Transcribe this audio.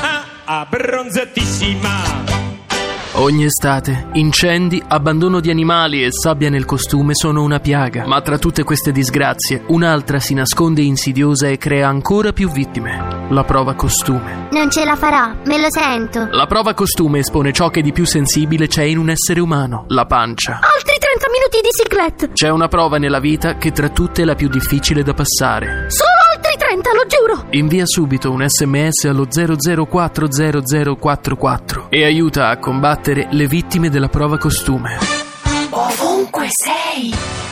bella, bronzatissima. Ogni estate, incendi, abbandono di animali e sabbia nel costume sono una piaga, ma tra tutte queste disgrazie, un'altra si nasconde insidiosa e crea ancora più vittime. La prova costume. Non ce la farà, me lo sento. La prova costume espone ciò che di più sensibile c'è in un essere umano, la pancia. Altri 30 minuti di ciclette. C'è una prova nella vita che tra tutte è la più difficile da passare. Solo altri 30, lo giuro. Invia subito un sms allo 00400044 e aiuta a combattere le vittime della prova costume. Ovunque sei!